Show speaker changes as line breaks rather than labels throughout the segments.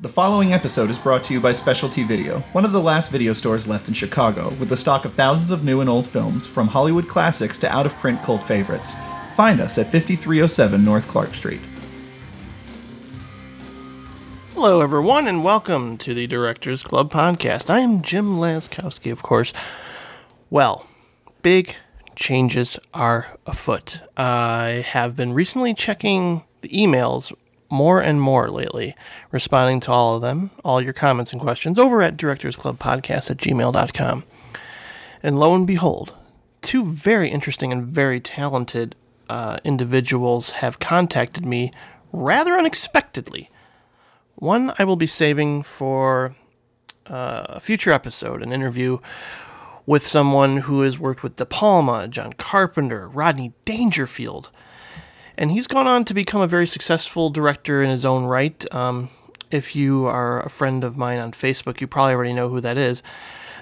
The following episode is brought to you by Specialty Video, one of the last video stores left in Chicago, with a stock of thousands of new and old films, from Hollywood classics to out of print cult favorites. Find us at 5307 North Clark Street.
Hello, everyone, and welcome to the Directors Club podcast. I am Jim Laskowski, of course. Well, big changes are afoot. I have been recently checking the emails more and more lately, responding to all of them, all your comments and questions over at directorsclubpodcast at gmail.com. And lo and behold, two very interesting and very talented uh, individuals have contacted me rather unexpectedly. One I will be saving for uh, a future episode, an interview with someone who has worked with De Palma, John Carpenter, Rodney Dangerfield. And he's gone on to become a very successful director in his own right. Um, if you are a friend of mine on Facebook, you probably already know who that is.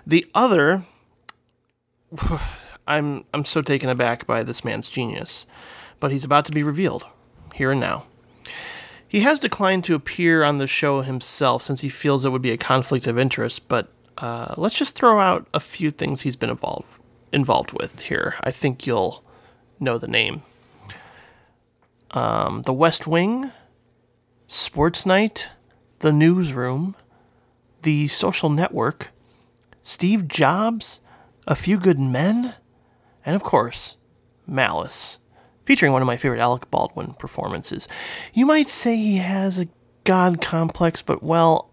The other, I'm I'm so taken aback by this man's genius, but he's about to be revealed here and now. He has declined to appear on the show himself since he feels it would be a conflict of interest, but uh, let's just throw out a few things he's been involved involved with here. I think you'll know the name. Um, the West Wing, Sports Night, The Newsroom, The Social Network, Steve Jobs, A Few Good Men, and of course, Malice, featuring one of my favorite Alec Baldwin performances. You might say he has a god complex, but well,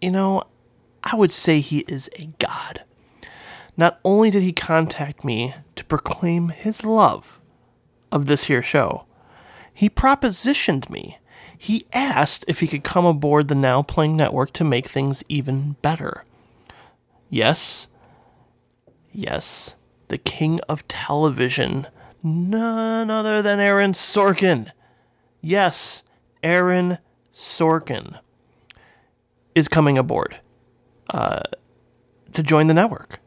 you know, I would say he is a god. Not only did he contact me to proclaim his love of this here show, he propositioned me. He asked if he could come aboard the Now Playing Network to make things even better. Yes, Yes, the king of television, none other than Aaron Sorkin. Yes, Aaron Sorkin is coming aboard uh, to join the network.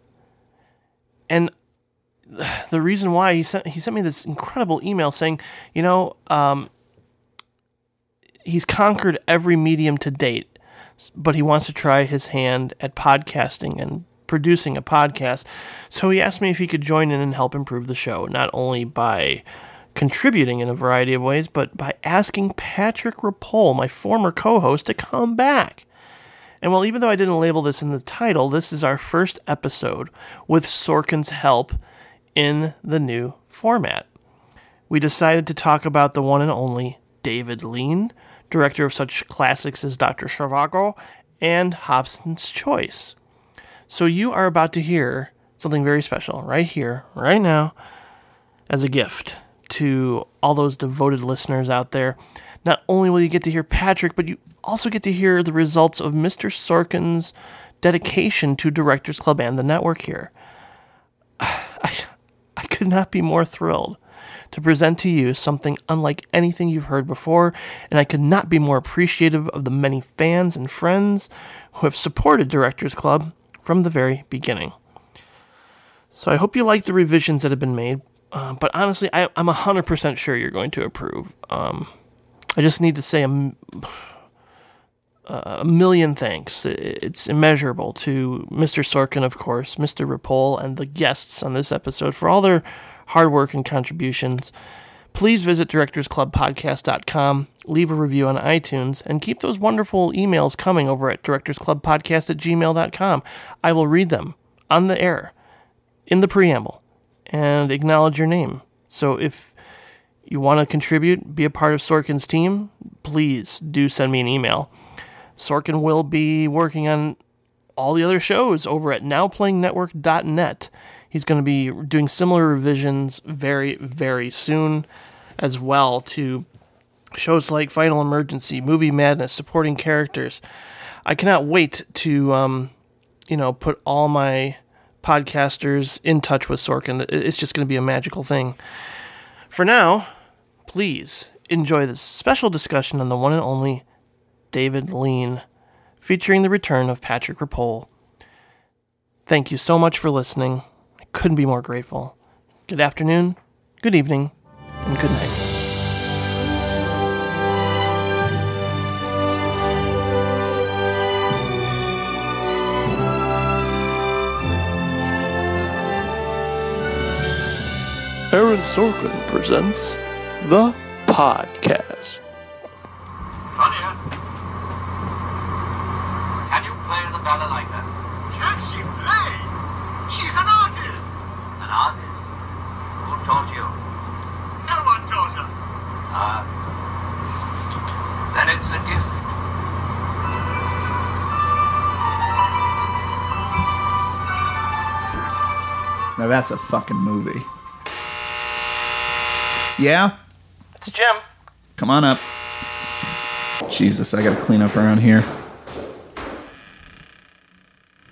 And the reason why he sent he sent me this incredible email saying, you know, um, he's conquered every medium to date but he wants to try his hand at podcasting and producing a podcast. So he asked me if he could join in and help improve the show, not only by contributing in a variety of ways, but by asking Patrick Rapol, my former co host, to come back. And well, even though I didn't label this in the title, this is our first episode with Sorkin's help in the new format we decided to talk about the one and only David Lean, director of such classics as Dr. Zhivago and Hobson's Choice. So you are about to hear something very special right here, right now, as a gift to all those devoted listeners out there. Not only will you get to hear Patrick, but you also get to hear the results of Mr. Sorkin's dedication to Directors Club and the network here. I could not be more thrilled to present to you something unlike anything you've heard before, and I could not be more appreciative of the many fans and friends who have supported Directors Club from the very beginning. So I hope you like the revisions that have been made, uh, but honestly, I, I'm 100% sure you're going to approve. Um, I just need to say a, m- a million thanks. I- It's immeasurable to Mr. Sorkin, of course, Mr. Rapol, and the guests on this episode for all their hard work and contributions. Please visit directorsclubpodcast.com, leave a review on iTunes, and keep those wonderful emails coming over at directorsclubpodcast at gmail.com. I will read them on the air in the preamble and acknowledge your name. So if you want to contribute, be a part of Sorkin's team, please do send me an email. Sorkin will be working on all the other shows over at nowplayingnetwork.net. He's going to be doing similar revisions very, very soon as well to shows like Final Emergency, Movie Madness, Supporting Characters. I cannot wait to, um, you know, put all my podcasters in touch with Sorkin. It- It's just going to be a magical thing. For now, please enjoy this special discussion on the one and only David Lean, featuring the return of Patrick Rapol. Thank you so much for listening. I couldn't be more grateful. Good afternoon, good evening, and good night. Aaron Sorkin presents the podcast.
Claudia, can you play the balalaika?
Can she play? She's an artist.
An artist? Who taught you?
No one taught her.
Ah. Then it's a gift.
Now that's a fucking movie. Yeah?
It's Jim.
Come on up. Jesus, I gotta clean up around here.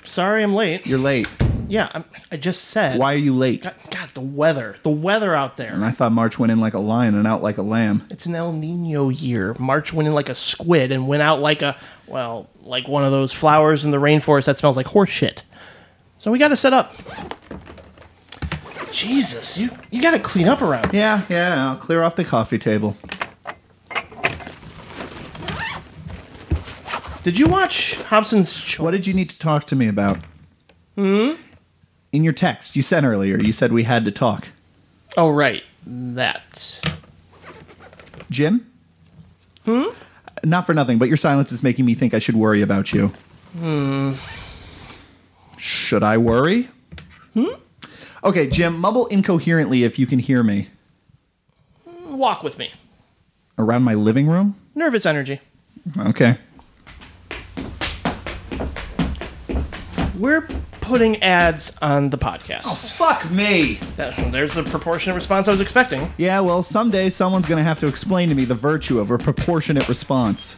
Sorry I'm late.
You're late.
Yeah, I'm, I just said.
Why are you late?
God, God, the weather. The weather out there.
And I thought March went in like a lion and out like a lamb.
It's an El Nino year. March went in like a squid and went out like a, well, like one of those flowers in the rainforest that smells like horse shit. So we got to set up. Jesus, you, you got to clean up around. here.
Yeah, yeah, I'll clear off the coffee table.
Did you watch Hobson's Choice?
What did you need to talk to me about? Hmm? In your text, you sent earlier, you said we had to talk.
Oh, right. That.
Jim? Hmm? Not for nothing, but your silence is making me think I should worry about you. Hmm. Should I worry? Hmm? Okay, Jim, mumble incoherently if you can hear me.
Walk with me.
Around my living room?
Nervous energy.
Okay.
We're putting ads on the podcast.
Fuck me!
That- there's the proportionate response I was expecting.
Yeah, well, someday someone's gonna have to explain to me the virtue of a proportionate response.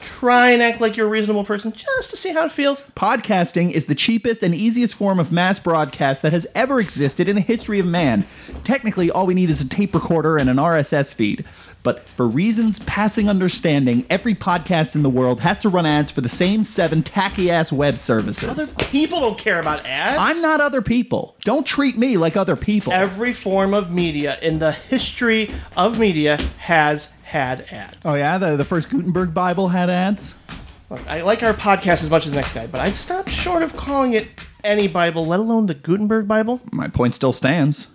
Try and act like you're a reasonable person just to see how it feels.
Podcasting is the cheapest and easiest form of mass broadcast that has ever existed in the history of man. Technically, all we need is a tape recorder and an RSS feed. But for reasons passing understanding, every podcast in the world has to run ads for the same seven tacky ass web services.
Other people don't care about ads.
I'm not other people. Don't treat me like other people.
Every form of media in the history of media has had ads.
oh, yeah? The, the first Gutenberg Bible had ads?
Look, I like our podcast as much as the next guy, but I'd stop short of calling it any Bible, let alone the Gutenberg Bible.
My point still stands.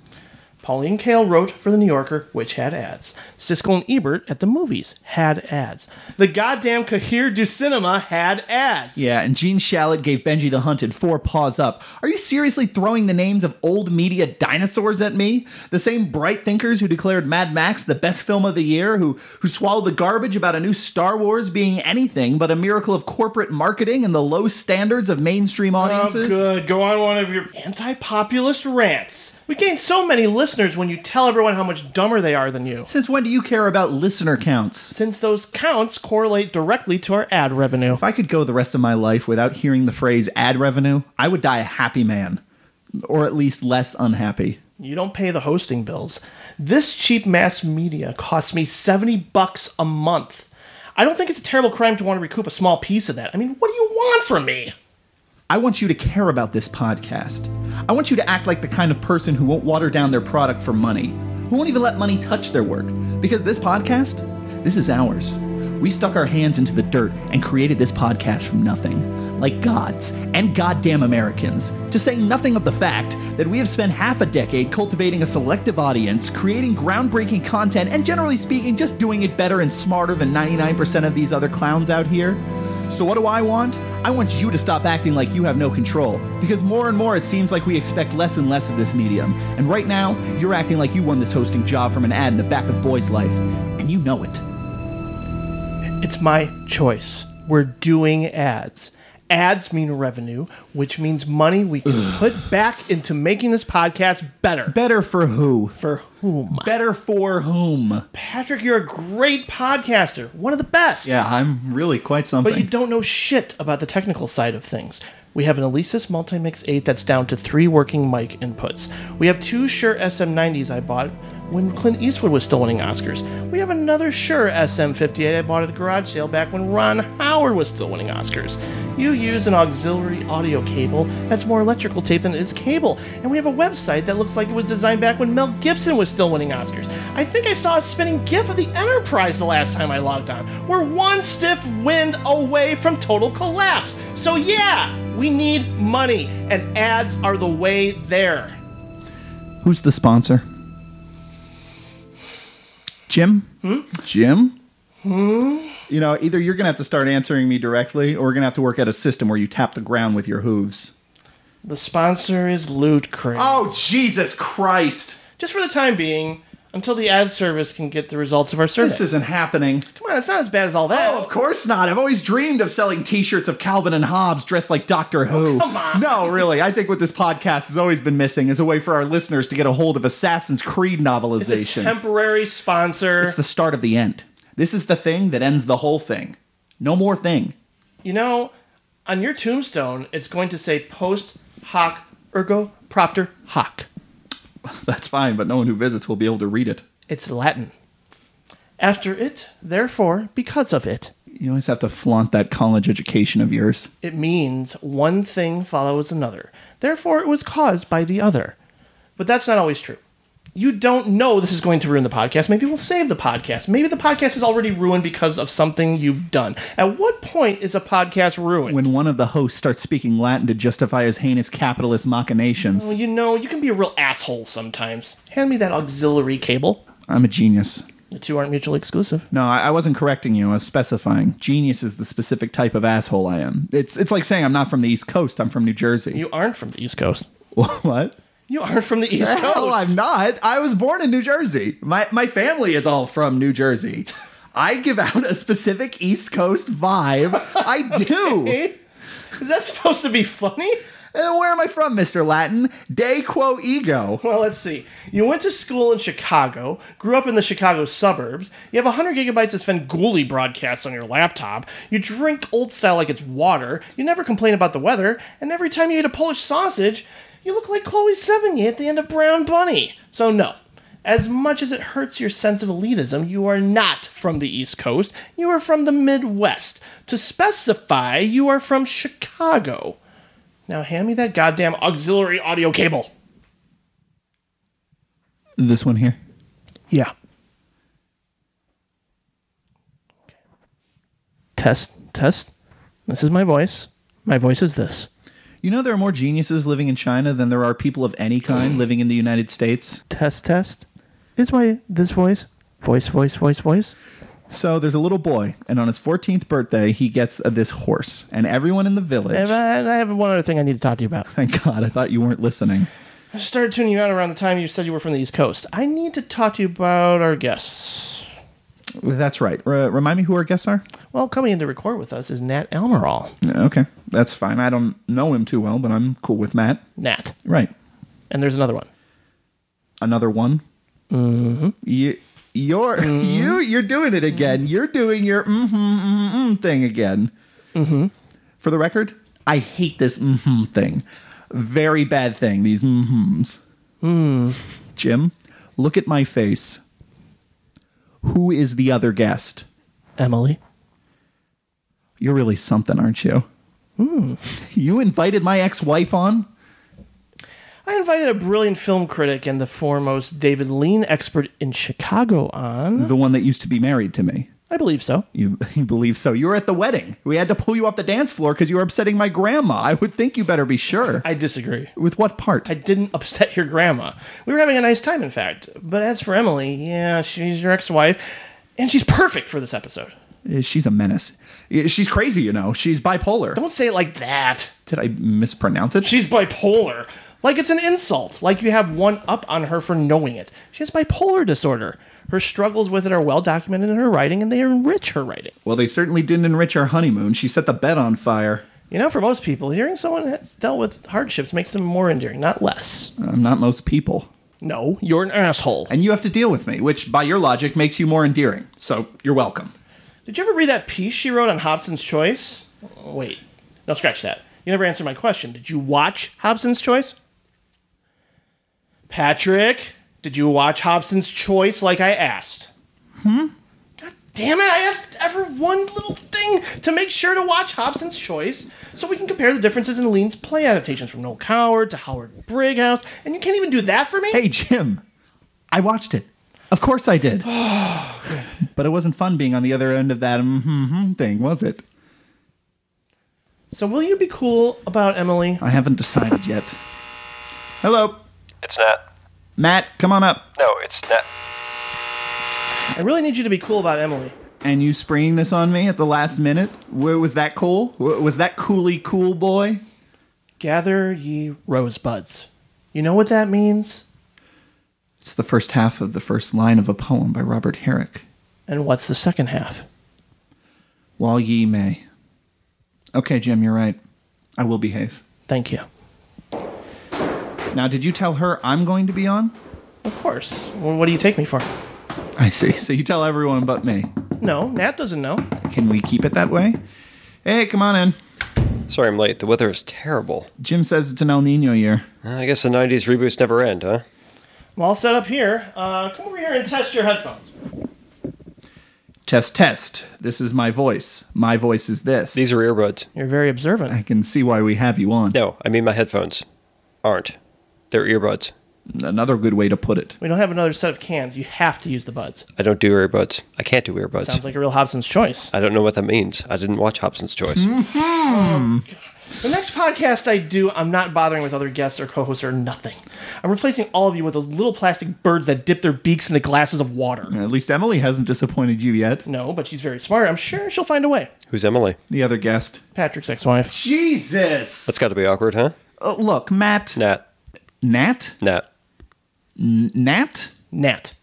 Pauline Kael wrote for The New Yorker, which had ads. Siskel and Ebert at the movies had ads. The goddamn Cahir du Cinema had ads.
Yeah, and Gene Shalit gave Benji the Hunted four paws up. Are you seriously throwing the names of old media dinosaurs at me? The same bright thinkers who declared Mad Max the best film of the year, who who swallowed the garbage about a new Star Wars being anything but a miracle of corporate marketing and the low standards of mainstream
Oh,
audiences?
good. Go on one of your anti-populist rants. We gain so many listeners when you tell everyone how much dumber they are than you.
Since when do you care about listener counts?
Since those counts correlate directly to our ad revenue.
If I could go the rest of my life without hearing the phrase ad revenue, I would die a happy man, or at least less unhappy.
You don't pay the hosting bills. This cheap mass media costs me 70 bucks a month. I don't think it's a terrible crime to want to recoup a small piece of that. I mean, what do you want from me?
I want you to care about this podcast. I want you to act like the kind of person who won't water down their product for money, who won't even let money touch their work. Because this podcast, this is ours. We stuck our hands into the dirt and created this podcast from nothing, like gods and goddamn Americans, to say nothing of the fact that we have spent half a decade cultivating a selective audience, creating groundbreaking content, and generally speaking, just doing it better and smarter than 99% of these other clowns out here. So, what do I want? I want you to stop acting like you have no control. Because more and more it seems like we expect less and less of this medium. And right now, you're acting like you won this hosting job from an ad in the back of Boy's Life. And you know it.
It's my choice. We're doing ads. Ads mean revenue, which means money we can put back into making this podcast better.
Better for who?
For whom?
Better for whom?
Patrick, you're a great podcaster, one of the best.
Yeah, I'm really quite something.
But you don't know shit about the technical side of things. We have an Alesis Multimix 8 that's down to three working mic inputs. We have two Shure SM90s I bought when Clint Eastwood was still winning Oscars. We have another Shure SM58 I bought at a garage sale back when Ron Howard was still winning Oscars. You use an auxiliary audio cable that's more electrical tape than it is cable. And we have a website that looks like it was designed back when Mel Gibson was still winning Oscars. I think I saw a spinning GIF of the Enterprise the last time I logged on. We're one stiff wind away from total collapse. So, yeah, we need money, and ads are the way there.
Who's the sponsor? Jim? Jim? You know, either you're going to have to start answering me directly or we're going to have to work out a system where you tap the ground with your hooves.
The sponsor is Loot Crate.
Oh, Jesus Christ.
Just for the time being, until the ad service can get the results of our survey.
This isn't happening.
Come on, it's not as bad as all that.
Oh, of course not. I've always dreamed of selling T-shirts of Calvin and Hobbes dressed like Doctor Who.
Oh, come on.
No, really. I think what this podcast has always been missing is a way for our listeners to get a hold of Assassin's Creed
it's a
novelization.
temporary sponsor.
It's the start of the end. This is the thing that ends the whole thing. No more thing.
you know, on your tombstone, it's going to say post hoc ergo propter hoc.
That's fine, but no one who visits will be able to read it.
It's Latin. After it, therefore, because of it,
You always have to flaunt that college education of yours.
it means one thing follows another. Therefore, it was caused by the other. But that's not always true. You don't know this is going to ruin the podcast. Maybe we'll save the podcast. Maybe the podcast is already ruined because of something you've done. At what point is a podcast ruined?
When one of the hosts starts speaking Latin to justify his heinous capitalist machinations,
well, you know, you can be a real asshole sometimes. Hand me that auxiliary cable.
I'm a genius.
The two aren't mutually exclusive.
No, I, I wasn't correcting you. I was specifying. Genius is the specific type of asshole I am. It's it's like saying I'm not from the East Coast. I'm from New Jersey.
You aren't from the East Coast.
what?
You aren't from the East Coast.
Hell, I'm not. I was born in New Jersey. My my family is all from New Jersey. I give out a specific East Coast vibe. I do.
Hey, Is that supposed to be funny?
And where am I from, Mr. Latin? De quo ego.
Well, let's see. You went to school in Chicago, grew up in the Chicago suburbs, you have 100 gigabytes of Svengoolie broadcasts on your laptop, you drink old style like it's water, you never complain about the weather, and every time you eat a Polish sausage, you look like Chloe Sevigny at the end of Brown Bunny. So, no. As much as it hurts your sense of elitism, you are not from the East Coast, you are from the Midwest. To specify, you are from Chicago. Now, hand me that goddamn auxiliary audio cable.
This one here.
Yeah. Test, test. This is my voice. My voice is this.
You know there are more geniuses living in China than there are people of any kind living in the United States.
Test, test. Is my this voice? Voice, voice, voice, voice.
So there's a little boy, and on his 14th birthday, he gets uh, this horse, and everyone in the village.
And I, and I have one other thing I need to talk to you about.
Thank God, I thought you weren't listening.
I started tuning you out around the time you said you were from the East Coast. I need to talk to you about our guests.
That's right. Re- remind me who our guests are.
Well, coming in to record with us is Nat Almerall.
Yeah, Okay, that's fine. I don't know him too well, but I'm cool with Matt.
Nat.
Right.
And there's another one.
Another one. Mm-hmm. You, you're you you're doing it again. You're doing your mm-hmm, mm-hmm thing again. Mm-hmm. For the record, I hate this mm-hmm thing. Very bad thing. These mm-hmms. Hmm. Jim, look at my face. Who is the other guest?
Emily.
You're really something, aren't you? Hmm. You invited my ex wife on?
I invited a brilliant film critic and the foremost David Lean expert in Chicago on.
The one that used to be married to me.
I believe so.
You, you believe so? You were at the wedding. We had to pull you off the dance floor because you were upsetting my grandma. I would think you better be sure.
I disagree.
With what part?
I didn't upset your grandma. We were having a nice time, in fact. But as for Emily, yeah, she's your ex wife, and she's perfect for this episode.
Uh, She's a menace. Uh, She's crazy, you know. She's bipolar.
Don't say it like that.
Did I mispronounce it?
She's bipolar. Like it's an insult. Like you have one up on her for knowing it. She has bipolar disorder. Her struggles with it are well documented in her writing, and they enrich her writing.
Well, they certainly didn't enrich our honeymoon. She set the bed on fire.
You know, for most people, hearing someone has dealt with hardships makes them more endearing, not less.
I'm not most people.
No, you're an asshole.
And you have to deal with me, which by your logic makes you more endearing. So you're welcome.
Did you ever read that piece she wrote on Hobson's Choice? Oh, Wait, no, scratch that. You never answered my question. Did you watch Hobson's Choice? Patrick, did you watch Hobson's Choice like I asked? Hmm? God damn it, I asked every one little thing to make sure to watch Hobson's Choice so we can compare the differences in Lean's play adaptations from Noel Coward to Howard Brighouse, and you can't even do that for me?
Hey, Jim, I watched it. Of course I did. but it wasn't fun being on the other end of that mm-hmm thing, was it?
So will you be cool about Emily?
I haven't decided yet. Hello,
It's not.
Matt, come on up.
No, it's not.
I really need you to be cool about Emily.
And you springing this on me at the last minute? Wa- Was that cool? Wa- Was that coolly cool boy?
Gather ye rosebuds. You know what that means?
It's the first half of the first line of a poem by Robert Herrick.
And what's the second half?
While ye may. Okay, Jim, you're right. I will behave.
Thank you.
Now, did you tell her I'm going to be on?
Of course. Well, what do you take me for?
I see. So you tell everyone but me.
No, Nat doesn't know.
Can we keep it that way? Hey, come on in.
Sorry I'm late. The weather is terrible.
Jim says it's an El Nino year.
Uh, I guess the 90s reboots never end, huh?
I'm all set up here. Uh, come over here and test your headphones.
Test, test. This is my voice. My voice is this.
These are earbuds.
You're very observant.
I can see why we have you on.
No, I mean my headphones. Aren't. They're earbuds.
Another good way to put it.
We don't have another set of cans. You have to use the buds.
I don't do earbuds. I can't do earbuds.
Sounds like a real Hobson's choice.
I don't know what that means. I didn't watch Hobson's Choice.
Hmm? The next podcast I do, I'm not bothering with other guests or co hosts or nothing. I'm replacing all of you with those little plastic birds that dip their beaks into glasses of water.
At least Emily hasn't disappointed you yet.
No, but she's very smart. I'm sure she'll find a way.
Who's Emily?
The other guest.
Patrick's ex wife.
Jesus!
That's got to be awkward, huh?
Uh, look, Matt.
Nat.
Nat?
Nat.
Nat?
Nat.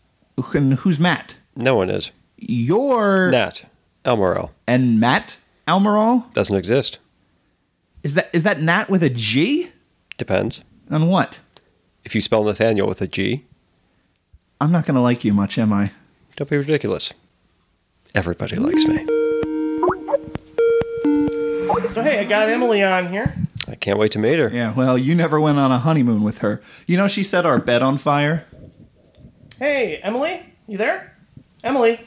And who's Matt?
No one is.
Er.
Your
Nat. Elmorel.
and Matt Almerall?
Doesn't exist.
Is that is that Nat with a G?
Depends.
On what?
If you spell Nathaniel with a G,
I'm not gonna like you much, am I?
don't be ridiculous. Everybody likes me.
So, hey, I got Emily on here.
I can't wait to meet her.
Yeah, well, you never went on a honeymoon with her. You know she set our bed on fire?
Hey, Emily, you there? Emily,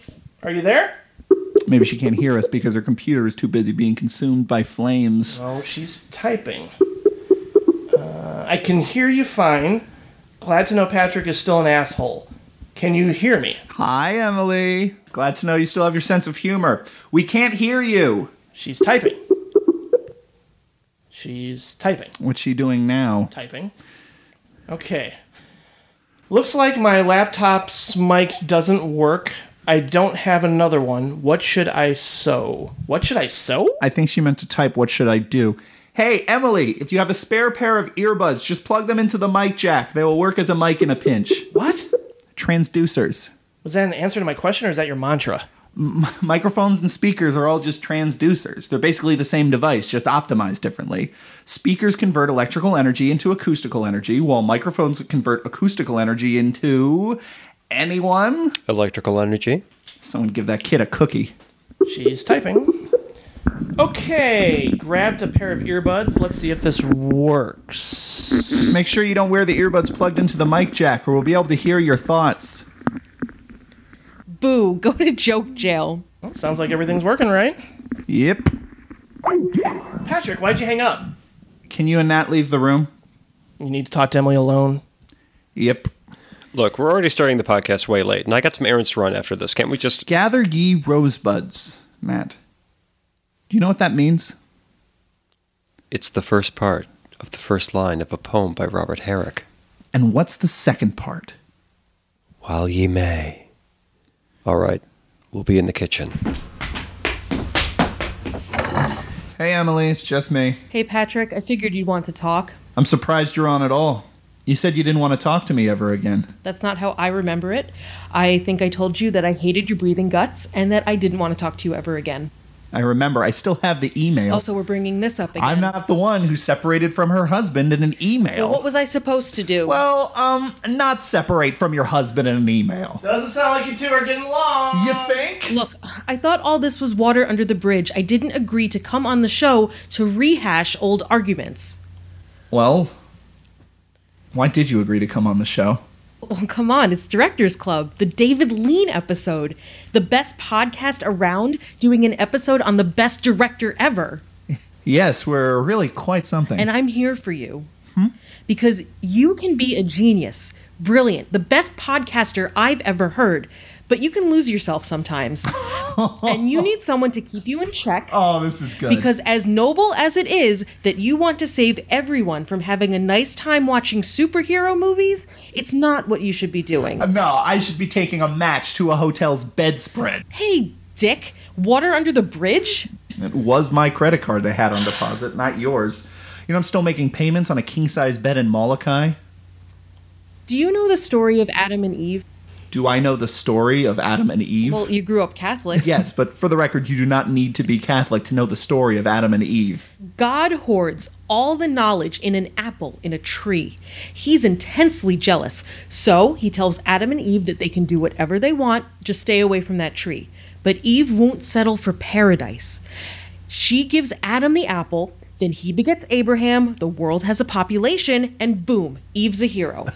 are you there?
Maybe she can't hear us because her computer is too busy being consumed by flames.
Oh, she's typing. Uh, I can hear you fine. Glad to know Patrick is still an asshole. Can you hear me?
Hi, Emily. Glad to know you still have your sense of humor. We can't hear you.
She's typing. She's typing.
What's she doing now?
Typing. Okay. Looks like my laptop's mic doesn't work. I don't have another one. What should I sew? What should I sew?
I think she meant to type, What should I do? Hey, Emily, if you have a spare pair of earbuds, just plug them into the mic jack. They will work as a mic in a pinch.
What?
Transducers.
Was that an answer to my question or is that your mantra?
Microphones and speakers are all just transducers. They're basically the same device, just optimized differently. Speakers convert electrical energy into acoustical energy, while microphones convert acoustical energy into. anyone?
Electrical energy.
Someone give that kid a cookie.
She's typing. Okay, grabbed a pair of earbuds. Let's see if this works.
Just make sure you don't wear the earbuds plugged into the mic jack, or we'll be able to hear your thoughts.
Boo, go to joke jail.
Well, sounds like everything's working, right?
Yep.
Patrick, why'd you hang up?
Can you and Nat leave the room?
You need to talk to Emily alone.
Yep.
Look, we're already starting the podcast way late, and I got some errands to run after this. Can't we just.
Gather ye rosebuds, Matt. Do you know what that means?
It's the first part of the first line of a poem by Robert Herrick.
And what's the second part?
While ye may. All right, we'll be in the kitchen.
Hey, Emily, it's just me.
Hey, Patrick, I figured you'd want to talk.
I'm surprised you're on at all. You said you didn't want to talk to me ever again.
That's not how I remember it. I think I told you that I hated your breathing guts and that I didn't want to talk to you ever again.
I remember, I still have the email.
Also, we're bringing this up again.
I'm not the one who separated from her husband in an email.
Well, what was I supposed to do?
well, um, not separate from your husband in an email.
Doesn't sound like you two are getting along.
You think?
Look, I thought all this was water under the bridge. I didn't agree to come on the show to rehash old arguments.
Well, why did you agree to come on the show?
Well, come on, it's Directors Club, the David Lean episode, the best podcast around, doing an episode on the best director ever.
Yes, we're really quite something.
And I'm here for you.
Hmm?
Because you can be a genius, brilliant, the best podcaster I've ever heard, but you can lose yourself sometimes. and you need someone to keep you in check
Oh, this is good.
because as noble as it is that you want to save everyone from having a nice time watching superhero movies, it's not what you should be doing.
no, I should be taking a match to a hotel's bedspread.
hey, dick, water under the bridge?
It was my credit card they had on deposit, not yours. You know, I'm still making payments on a king size bed in Molokai.
Do you know the story of Adam and Eve?
Do I know the story of Adam and Eve?
Well, you grew up Catholic.
yes, but for the record, you do not need to be Catholic to know the story of Adam and Eve.
God hoards all the knowledge in an apple in a tree. He's intensely jealous, so he tells Adam and Eve that they can do whatever they want, just stay away from that tree. But Eve won't settle for paradise. She gives Adam the apple, then he begets Abraham, the world has a population, and boom, Eve's a hero.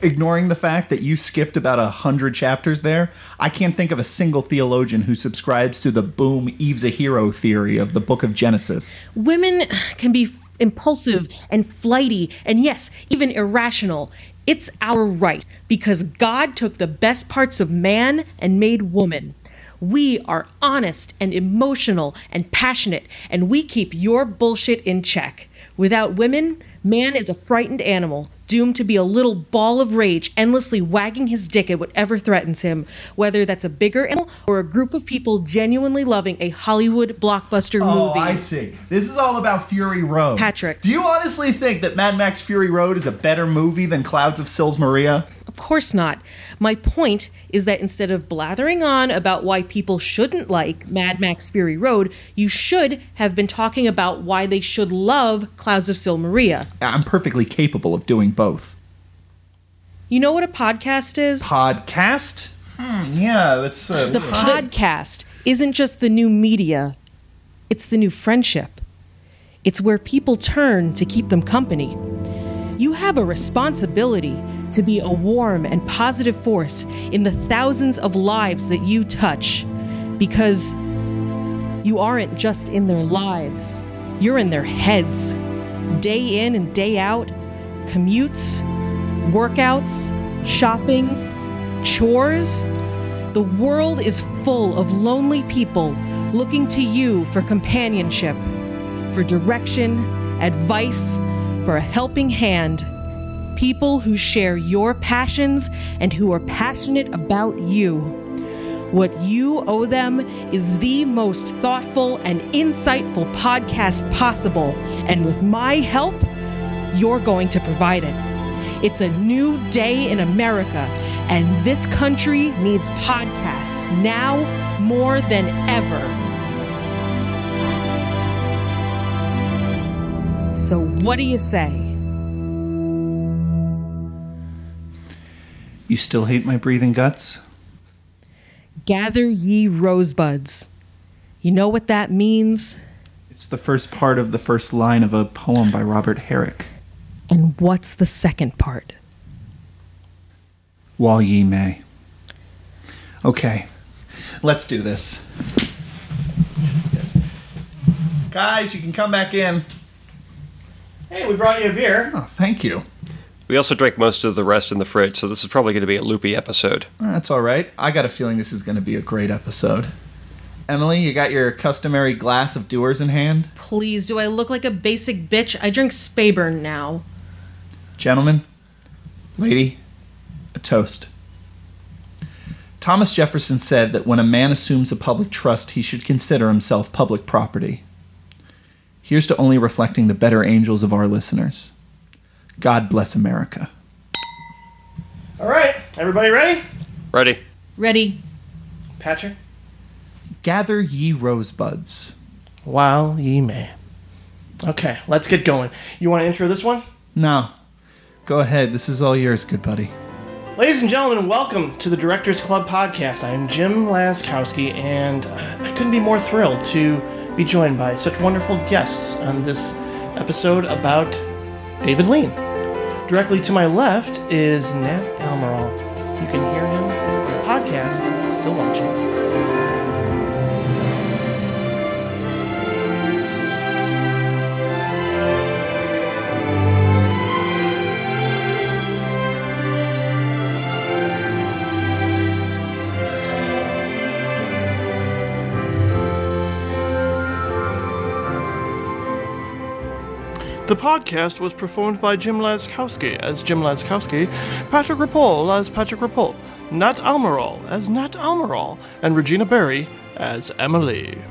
Ignoring the fact that you skipped about a hundred chapters there, I can't think of a single theologian who subscribes to the boom Eve's a hero theory of the book of Genesis.
Women can be impulsive and flighty and, yes, even irrational. It's our right because God took the best parts of man and made woman. We are honest and emotional and passionate, and we keep your bullshit in check. Without women, man is a frightened animal, doomed to be a little ball of rage, endlessly wagging his dick at whatever threatens him, whether that's a bigger animal or a group of people genuinely loving a Hollywood blockbuster
Oh,
movie.
see. This is all about Fury Road.
Patrick.
Do you honestly think that Mad Max Fury Road is a better movie than Clouds of Sils Maria?
Of course not. My point is that instead of blathering on about why people shouldn't like Mad Max Fury Road, you should have been talking about why they should love Clouds of Silmaria.
I'm perfectly capable of doing both.
You know what a podcast is?
Podcast? Hmm, yeah, that's uh,
the podcast isn't just the new media, it's the new friendship. It's where people turn to keep them company. You have a responsibility to be a warm and positive force in the thousands of lives that you touch because you aren't just in their lives, you're in their heads. Day in and day out, commutes, workouts, shopping, chores. The world is full of lonely people looking to you for companionship, for direction, advice, for a helping hand. People who share your passions and who are passionate about you. What you owe them is the most thoughtful and insightful podcast possible, and with my help, you're going to provide it. It's a new day in America, and this country needs podcasts now more than ever. So, what do you say?
You still hate my breathing guts?
Gather ye rosebuds. You know what that means
It's the first part of the first line of a poem by Robert Herrick.
and what's the second part?
While ye may. Okay, let's do this. Guys, you can come back in. Hey, we brought you a beer. Oh, thank you.
We also drank most of the rest in the fridge, so this is probably going to be a loopy episode.
That's all right. I got a feeling this is going to be a great episode. Emily, you got your customary glass of doers in hand?
Please, do I look like a basic bitch? I drink Spayburn now.
Gentlemen, lady, a toast. Thomas Jefferson said that when a man assumes a public trust, he should consider himself public property. Here's to only reflecting the better angels of our listeners. God bless America.
All right, everybody ready?
Ready?
Ready?
Patrick?
Gather ye rosebuds.
While ye may. Okay, let's get going. You want to intro this one?
Now, go ahead. This is all yours, good buddy.
Ladies and gentlemen, welcome to the Directors Club podcast. I am Jim Laskowski, and uh, I couldn't be more thrilled to be joined by such wonderful guests on this episode about David Lean. Directly to my left is Nat Almiral. You can hear him in the podcast, still watching.
The podcast was performed by Jim Laskowski as Jim Laskowski, Patrick Rapol as Patrick Rapol, Nat Almirall as Nat Almirall, and Regina Berry as Emily.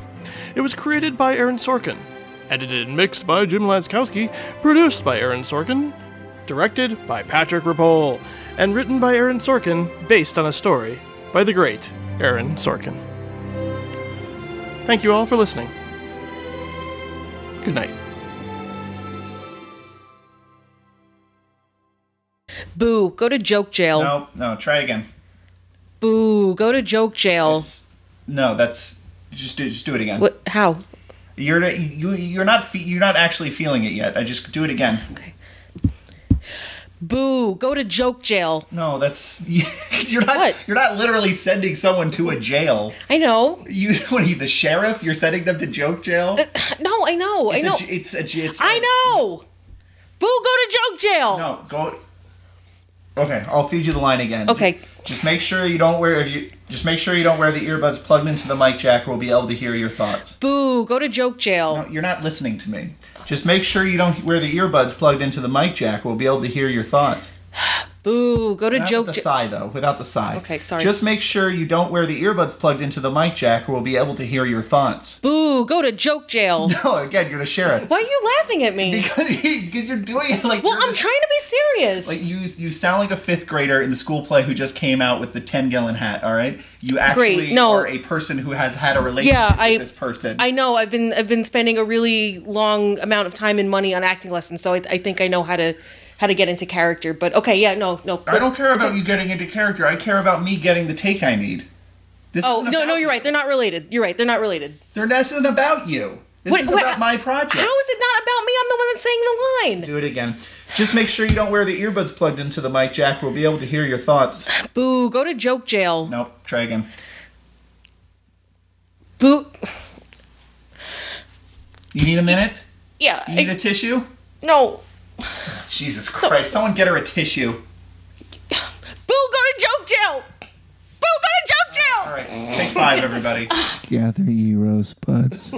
It was created by Aaron Sorkin, edited and mixed by Jim Laskowski, produced by Aaron Sorkin, directed by Patrick Rapol, and written by Aaron Sorkin, based on a story by the great Aaron Sorkin. Thank you all for listening. Good night.
Boo, go to joke jail.
No, no, try again.
Boo, go to joke jail.
It's- no, that's just do, just do it again.
What, how?
You're not- you you're not fe- you're not actually feeling it yet. I just do it again.
Boo, go to joke jail.
No, that's you're not
What?
you're not literally sending someone to a jail.
I know.
You what are you the sheriff? You're sending them to joke jail.
No, I know.
it's
I know.
A, j- it's a j- it's
I know. Boo, go to joke jail.
No, go. Okay, I'll feed you the line again.
Okay.
Just make sure you don't wear if you just make sure you don't wear the earbuds plugged into the mic jack or we'll be able to hear your thoughts.
Boo, go to joke jail.
No, you're not listening to me. Just make sure you don't wear the earbuds plugged into the mic jack. We'll be able to hear your thoughts.
Boo, go to
Not
joke
with the
jail.
sigh though, without the sigh.
Okay, sorry.
Just make sure you don't wear the earbuds plugged into the mic jack, or we'll be able to hear your thoughts.
Boo, go to joke jail.
No, again, you're the sheriff.
Why are you laughing at me?
Because you're doing it like
well,
you're
I'm
the-
trying to be serious.
Like you, you sound like a fifth grader in the school play who just came out with the ten gallon hat. All right, you actually
Great, no.
are a person who has had a relationship
Yeah, I-
with this person.
I know I've been I've been spending a really long amount of time and money on acting lessons, so I, I think I know how to how to get into character. But okay, yeah, no, no.
I don't care about you getting into character. I care about me getting the take I need. This
Oh
isn't
no,
about
no, you're
you.
right. They're not related. You're right. They're not related.
They're- This isn't about you. This
What-
is
what-
about my project.
How is it not about me? I'm the one that's saying the line.
Do it again. Just make sure you don't wear the earbuds plugged into the mic jack. We'll be able to hear your thoughts.
Boo, go to joke jail.
Nope. Try again.
Boo.
You need a minute?
Yeah.
You need
I-
a tissue?
no.
Jesus Christ! Someone get her a tissue.
Boo, go to joke jail. Boo, go to joke jail.
All right, take five, everybody.
Gather ye rosebuds.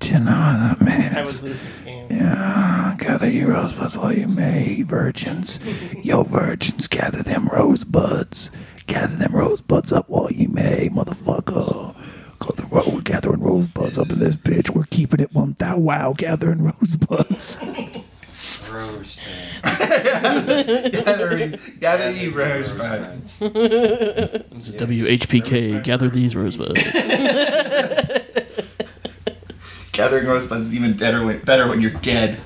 Tanana, man.
I would lose this game.
Gather ye rosebuds while you may, ye virgins. Yo, virgins, gather them rosebuds. Gather them rosebuds up while ye may, motherfucker. Go the road, we're gathering rosebuds up in this bitch. We're keeping it one thou wow, gathering rosebuds.
Rose.
Gathering, gather ye rosebud.
WHPK, gather these rosebuds.
Gathering rosebuds is even better when better when you're dead.